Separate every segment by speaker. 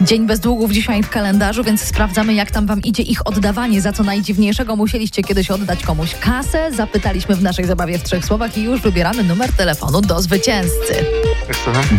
Speaker 1: Dzień bez długów dzisiaj w kalendarzu, więc sprawdzamy, jak tam wam idzie ich oddawanie. Za co najdziwniejszego musieliście kiedyś oddać komuś kasę? Zapytaliśmy w naszej zabawie w trzech słowach i już wybieramy numer telefonu do zwycięzcy.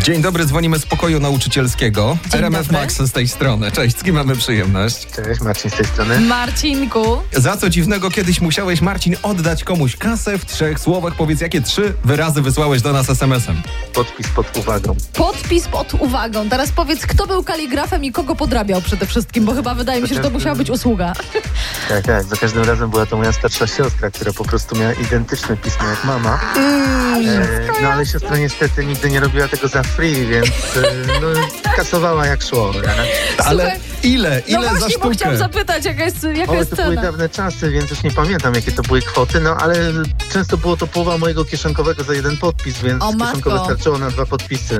Speaker 2: Dzień dobry, dzwonimy z pokoju nauczycielskiego.
Speaker 1: Dzień
Speaker 2: RMF
Speaker 1: dobry.
Speaker 2: Max z tej strony. Cześć, z kim mamy przyjemność?
Speaker 3: Cześć, Marcin z tej strony.
Speaker 1: Marcinku,
Speaker 2: Za co dziwnego kiedyś musiałeś, Marcin, oddać komuś kasę w trzech słowach? Powiedz, jakie trzy wyrazy wysłałeś do nas SMS-em?
Speaker 3: Podpis pod uwagą.
Speaker 1: podpis pod uwagą. Teraz powiedz, kto był kaligrafem i kogo podrabiał przede wszystkim, bo chyba wydaje mi się, że to musiała być usługa.
Speaker 3: Tak, tak. Za każdym razem była to moja starsza siostra, która po prostu miała identyczne pismo jak mama.
Speaker 1: Mm.
Speaker 3: E, no ale siostra niestety nigdy nie robiła tego za free, więc e, no, kasowała jak szło. tak? prawda?
Speaker 2: Ale
Speaker 1: Słuchaj,
Speaker 2: ile, ile
Speaker 1: no
Speaker 2: za
Speaker 1: właśnie, bo
Speaker 2: sztukę?
Speaker 1: chciałam zapytać, jaka jest, jaka
Speaker 3: O,
Speaker 1: jest
Speaker 3: to były
Speaker 1: cena.
Speaker 3: dawne czasy, więc już nie pamiętam jakie to były kwoty, no ale często było to połowa mojego kieszonkowego za jeden podpis, więc
Speaker 1: O,
Speaker 3: kieszonkowe
Speaker 1: matko.
Speaker 3: starczyło na dwa podpisy.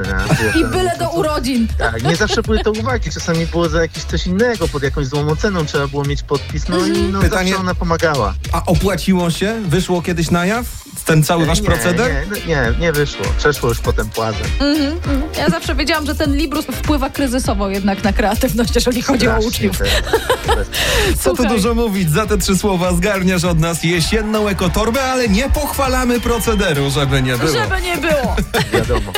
Speaker 3: No,
Speaker 1: I byle do urodzin.
Speaker 3: Tak, nie zawsze były to uwagi, czasami było za jakieś coś innego, pod jakąś złą ceną trzeba było mieć podpis, no i no,
Speaker 2: Pytanie-
Speaker 3: zawsze ona pomagała.
Speaker 2: A opłaciło się? Wyszło kiedyś na jaw? Ten cały wasz
Speaker 3: nie,
Speaker 2: proceder?
Speaker 3: Nie, no nie, nie wyszło. Przeszło już potem płazem.
Speaker 1: Mhm, mhm. Ja zawsze wiedziałam, że ten Librus wpływa kryzysowo jednak na kreatywność, jeżeli chodzi o uczniów.
Speaker 2: Co tu
Speaker 1: Słuchaj.
Speaker 2: dużo mówić, za te trzy słowa zgarniasz od nas jesienną ekotorbę, ale nie pochwalamy procederu, żeby nie było.
Speaker 1: Żeby nie było.
Speaker 3: Wiadomo.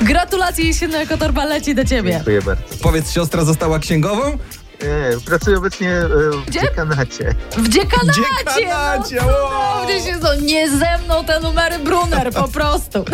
Speaker 1: Gratulacje jesienna ekotorba leci do ciebie.
Speaker 3: Dziękuję bardzo.
Speaker 2: Powiedz, siostra została księgową?
Speaker 3: E, pracuję obecnie e, w
Speaker 1: Gdzie?
Speaker 3: dziekanacie.
Speaker 1: W dziekanacie!
Speaker 2: Dziekanacie,
Speaker 1: No,
Speaker 2: wow.
Speaker 1: cudownie się są. Nie ze mną te numery Brunner, po prostu.